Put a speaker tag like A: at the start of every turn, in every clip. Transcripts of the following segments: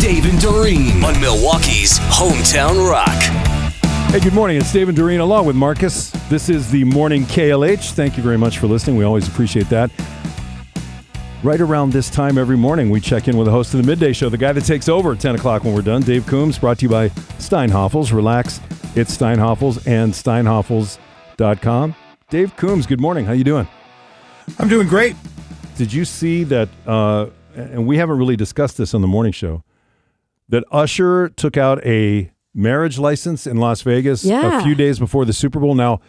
A: Dave and Doreen on Milwaukee's Hometown Rock.
B: Hey, good morning. It's Dave and Doreen along with Marcus. This is the morning KLH. Thank you very much for listening. We always appreciate that. Right around this time every morning, we check in with the host of the midday show, the guy that takes over at 10 o'clock when we're done, Dave Coombs, brought to you by Steinhoffels. Relax, it's Steinhoffels and steinhoffels.com. Dave Coombs, good morning. How you doing?
C: I'm doing great.
B: Did you see that? Uh, and we haven't really discussed this on the morning show. That Usher took out a marriage license in Las Vegas
D: Yeah.
B: a few days before the Super Bowl. Now,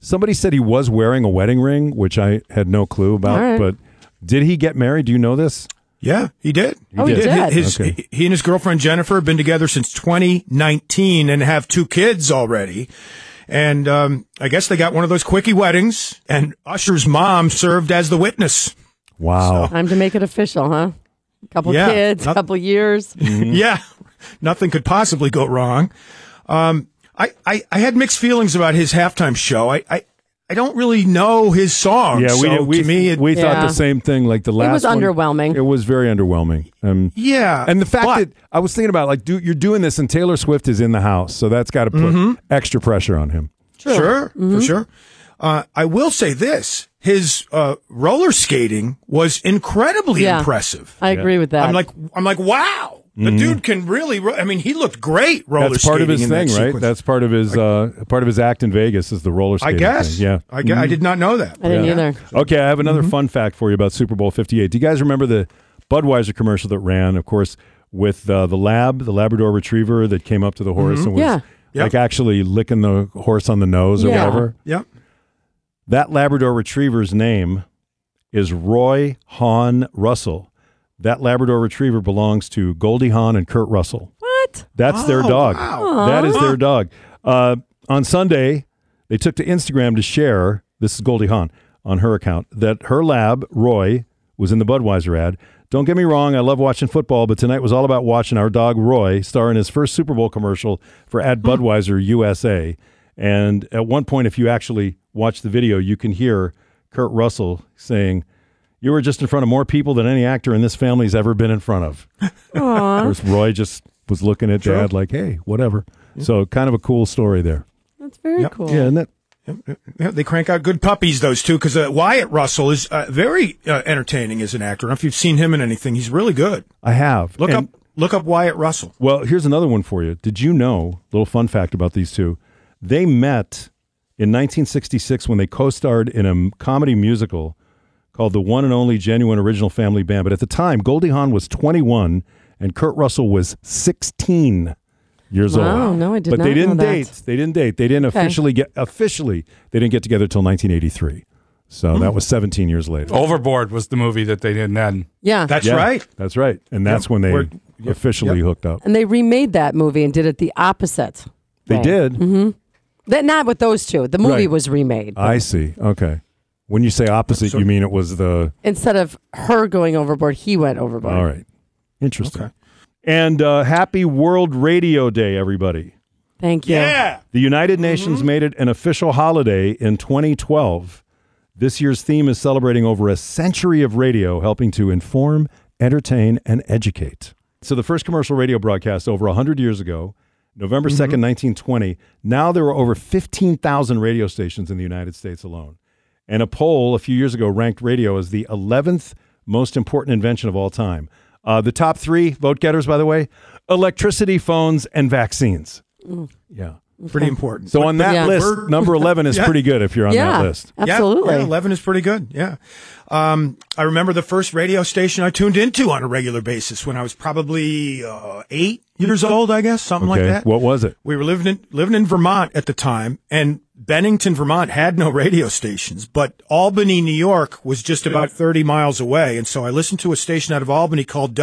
B: somebody said he was wearing a wedding ring, which I had no clue about.
D: All right.
B: But did he get married? Do you know this?
C: Yeah, he did.
D: Oh, he did.
C: His,
B: Okay.
C: He and his girlfriend Jennifer have been together since 2019 and have two kids already. And um, I guess they got one of those quickie weddings, and Usher's mom served as the witness.
B: Wow.
D: Time to make it official, huh? Couple
C: Yeah.
D: kids,
C: Not-
D: couple years.
B: Mm-hmm.
C: Yeah, nothing could possibly go wrong. Um, I, I, I had mixed feelings about his halftime show. I, I, I don't really know his songs.
B: yeah, we
C: so
B: we,
C: to me, it,
B: we thought
D: Yeah.
B: the same thing. Like the last,
D: was
B: one.
D: underwhelming.
B: It was very underwhelming. Um,
C: yeah,
B: and the fact
C: but-
B: that I was thinking about, like, do, you're doing this, and Taylor Swift is in the house, so that's got to put
C: Mm-hmm.
B: extra pressure on him.
C: Sure,
D: Mm-hmm.
C: for sure. Uh, I will say this: his uh, roller skating was incredibly
D: Yeah.
C: impressive.
D: I agree with that.
C: I'm like, I'm like, wow, the dude can really. Ro- I mean, he looked great roller
B: Mm-hmm. That's
C: Oh, skating.
B: part of his
C: in
B: thing,
C: that
B: right?
C: sequence.
B: That's part of his uh, part of his act in Vegas is the roller
C: I
B: skating.
C: guess.
B: thing. Yeah. Mm-hmm.
C: I, gue- I did not know that.
D: I didn't either.
B: Okay, I have another
C: Mm-hmm.
B: fun fact for you about Super Bowl 58. Do you guys remember the Budweiser commercial that ran, of course, with uh, the lab, the Labrador retriever that came up to the horse and was
D: Yeah.
B: like
C: Mm-hmm. Yep.
B: actually licking the horse on the nose or
D: Yeah.
B: whatever?
C: Yep.
B: That Labrador retriever's name is Roy Hahn Russell. That Labrador retriever belongs to Goldie Hawn and Kurt Russell.
D: What?
B: That's their
C: Oh,
B: dog.
C: wow.
B: That is their dog. Uh, on Sunday, they took to Instagram to share this is Goldie Hawn on her account that her lab, Roy, was in the Budweiser ad. Don't get me wrong, I love watching football, but tonight was all about watching our dog Roy star in his first Super Bowl commercial for at
C: Hmm.
B: Budweiser USA. And at one point, if you actually watch the video, you can hear Kurt Russell saying, You were just in front of more people than any actor in this family's ever been in front of. Of course, Roy just was looking at dad like, hey, whatever. So kind of a cool story there.
D: That's very
C: Yep.
D: cool.
B: Yeah, isn't it?
C: Yeah, they crank out good puppies, those two, because uh, Wyatt Russell is uh, very uh, entertaining as an actor. I don't know if you've seen him in anything. He's really good.
B: I have.
C: Look
B: And-
C: up, look up Wyatt Russell.
B: Well, here's another one for you. Did you know, little fun fact about these two, they met in 1966 when they co-starred in a m- comedy musical called The One and Only Genuine Original Family Band. But at the time, Goldie Hawn was 21 and Kurt Russell was 16 years
D: Wow,
B: old.
D: no, I did
B: But
D: not
B: they didn't
D: know that.
B: date. They didn't date. They didn't officially get officially they didn't get together till 1983. So
D: Mm.
B: that was 17 years later.
E: Overboard was the movie that they didn't end.
D: Yeah.
C: That's
B: Yeah,
C: right.
B: That's right. And that's
C: Yep.
B: when they
C: We're- yep,
B: officially
C: yep.
B: hooked up.
D: and they remade that movie and did it the opposite.
B: They
D: way.
B: did.
D: That not with those two. The movie
B: Right. Uh,
D: was remade.
B: I see. Okay. When you say opposite, you mean it was the.
D: Instead of her going overboard, he went overboard.
B: All right. Interesting. And uh, happy World Radio Day, everybody.
D: Thank you.
C: Yeah.
B: The United Nations made it an official holiday in 2012. This year's theme is celebrating over a century of radio, helping to inform, entertain, and educate. So, the first commercial radio broadcast over 100 years ago, November 2nd, 1920, now there are over 15,000 radio stations in the United States alone. And a poll a few years ago ranked radio as the 11th most important invention of all time. Uh, the top three vote getters, by the way electricity, phones, and vaccines. Yeah.
C: Pretty important.
B: So on that
D: Yeah.
B: list,
C: We're-
B: number eleven is
C: Yeah.
B: pretty good if you're on
D: Yeah.
B: that list.
C: Yeah,
D: Absolutely.
C: Yeah, 11 is pretty good. Yeah. Um, I remember the first radio station I tuned into on a regular basis when I was probably uh, eight years old, I guess, something like that.
B: What was it?
C: we were living in, living in Vermont at the time, and Bennington, Vermont had no radio stations, but Albany, New York was just about 30 miles away. And so I listened to a station out of Albany called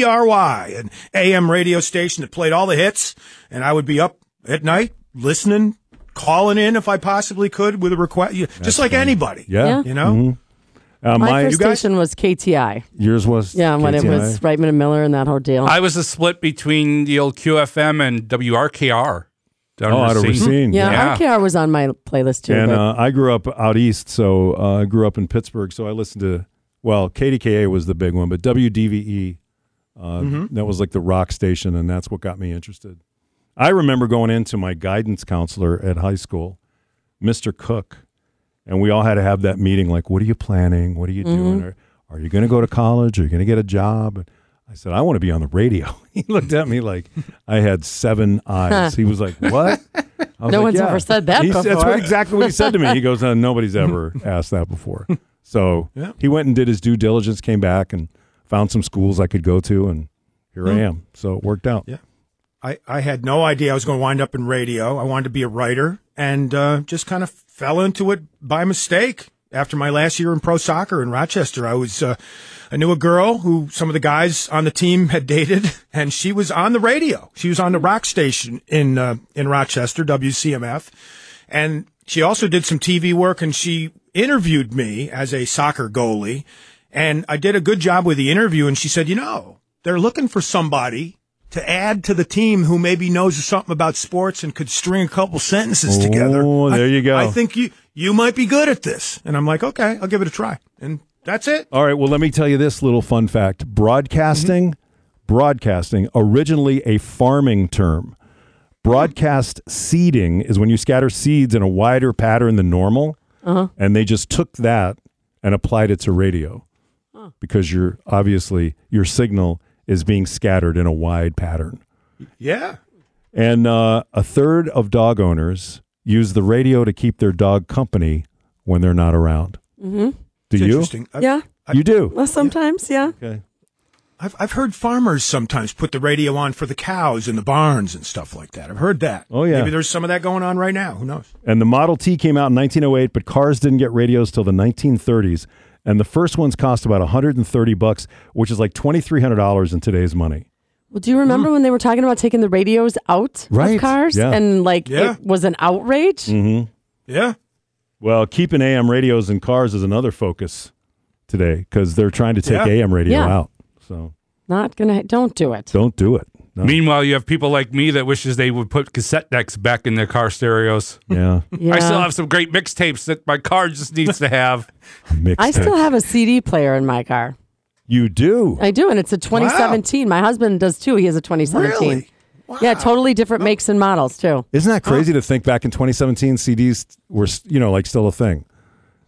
C: WTRY, an AM radio station that played all the hits. And I would be up at night listening, calling in if I possibly could with a request, you- just like anybody.
B: Yeah.
C: You know?
B: Uh,
D: My,
B: my
D: first
C: guys-
D: station was KTI.
B: yours was.
D: Yeah, when it
B: KTNI?
D: was Reitman and Miller and that whole deal.
E: I was a split between the old QFM and WRKR. Down
B: Oh,
E: in
B: out of
E: Racine.
B: Racine.
D: yeah,
E: Yeah.
D: RKR was on my playlist too.
B: And
D: but-
B: uh, I grew up out east, so uh, I grew up in Pittsburgh. So I listened to well, KDKA was the big one, but WDVE Uh,
D: Mm-hmm.
B: That was like the rock station, and that's what got me interested. I remember going into my guidance counselor at high school, Mr. Cook, and we all had to have that meeting like, what are you planning? What are you
D: Mm-hmm.
B: doing? Are, are you going to go to college? Are you going to get a job? And I said, I want to be on the radio. he looked at me like I had seven eyes. he was like, what? I was
D: No
B: like,
D: one's ever said that
B: He s- That's
D: before.
B: what, exactly what he said to me. He goes, uh, nobody's ever asked that before. So he went and did his due diligence, came back and found some schools I could go to, and here
D: Mm-hmm.
B: I am. So it worked out.
C: Yeah. I, I had no idea I was going to wind up in radio. I wanted to be a writer and uh, just kind of fell into it by mistake. After my last year in pro soccer in Rochester, I was uh, I knew a girl who some of the guys on the team had dated, and she was on the radio. She was on the rock station in uh, in Rochester, WCMF, and she also did some TV work. And she interviewed me as a soccer goalie, and I did a good job with the interview. And she said, "You know, they're looking for somebody to add to the team who maybe knows something about sports and could string a couple sentences together.
B: Oh, there
C: I-
B: you go.
C: I think you you might be good at this. And I'm like, okay, I'll give it a try. And that's it.
B: All right. Well, let me tell you this little fun fact broadcasting, broadcasting, originally a farming term. Broadcast seeding is when you scatter seeds in a wider pattern than normal. And they just took that and applied it to radio because you're obviously your signal is being scattered in a wide pattern.
C: Yeah.
B: And uh, a third of dog owners use the radio to keep their dog company when they're not around. Mm-hmm. Do
C: It's
B: you?
C: interesting. I've,
D: Yeah.
B: You do.
D: Well, sometimes, yeah.
B: Okay.
C: I've, I've heard farmers sometimes put the radio on for the cows in the barns and stuff like that. I've heard that.
B: Oh, yeah.
C: Maybe there's some of that going on right now. Who knows?
B: And the Model T came out in 1908, but cars didn't get radios till the 1930s. And the first ones cost about 130 bucks, which is like $2,300 in today's money.
D: Well, do you remember when they were talking about taking the radios out
B: Mm-hmm. Right,
D: of cars
B: yeah. Mm-hmm.
D: and like
C: Yeah.
D: it was an outrage?
C: Yeah.
B: Well, keeping AM radios in cars is another focus today because they're trying to take
C: Yeah.
B: AM radio
D: Yeah.
B: out. So
D: Not gonna. Don't do it.
B: don't do it. No.
E: Meanwhile, you have people like me that wishes they would put cassette decks back in their car stereos.
B: Yeah.
D: Yeah.
E: I still have some great mixtapes that my car just needs to have.
B: Mixed
D: I still
B: it.
D: have a CD player in my car.
B: You do.
D: I do, and it's a 2017. My husband does too. He has a 2017.
C: Really?
D: Yeah, totally different makes and models too.
B: Isn't that crazy to think back in 2017 CDs were, you know, like still a thing?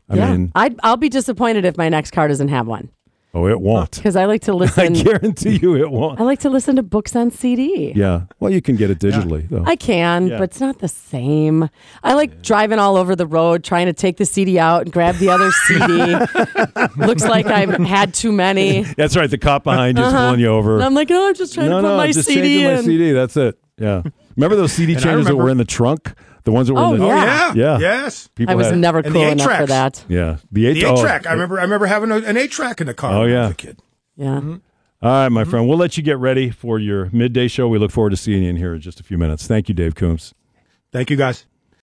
B: I
D: yeah,
B: mean,
D: I'd, I'll be disappointed if my next car doesn't have one
B: oh, it won't.
D: because I like to
B: I
D: listen.
B: guarantee you it won't.
D: I like to listen to books on CD.
B: Yeah. Well, you can get it digitally, though.
D: I can, but it's not the same. I like driving all over the road trying to take the CD out and grab the other CD. Looks like I've had too many.
B: That's right. The cop behind you is pulling you over.
D: And Uh, uh-huh. I'm like, oh, I'm just trying
B: no,
D: to put
B: no,
D: my
B: just
D: CD
B: changing
D: in.
B: my CD. That's it. Yeah. Remember those CD
C: And I
B: changers that
C: remember-
B: were in the trunk? The ones that were
D: Oh,
B: in the
D: yeah.
C: Yeah.
B: Yeah.
C: Yes.
B: People
D: I was
B: had-
D: never
C: And the
D: cool enough for
C: A-tracks.
D: that.
B: Yeah. The oh, eight
C: The eight track. I remember I remember having a, an eight track in the car
B: Oh,
C: when I was
B: yeah.
C: a kid.
D: Yeah.
B: Mm-hmm. All right,
D: Mm-hmm.
B: my friend. We'll let you get ready for your midday show. We look forward to seeing you in here in just a few minutes. Thank you, Dave Coombs.
C: Thank you guys.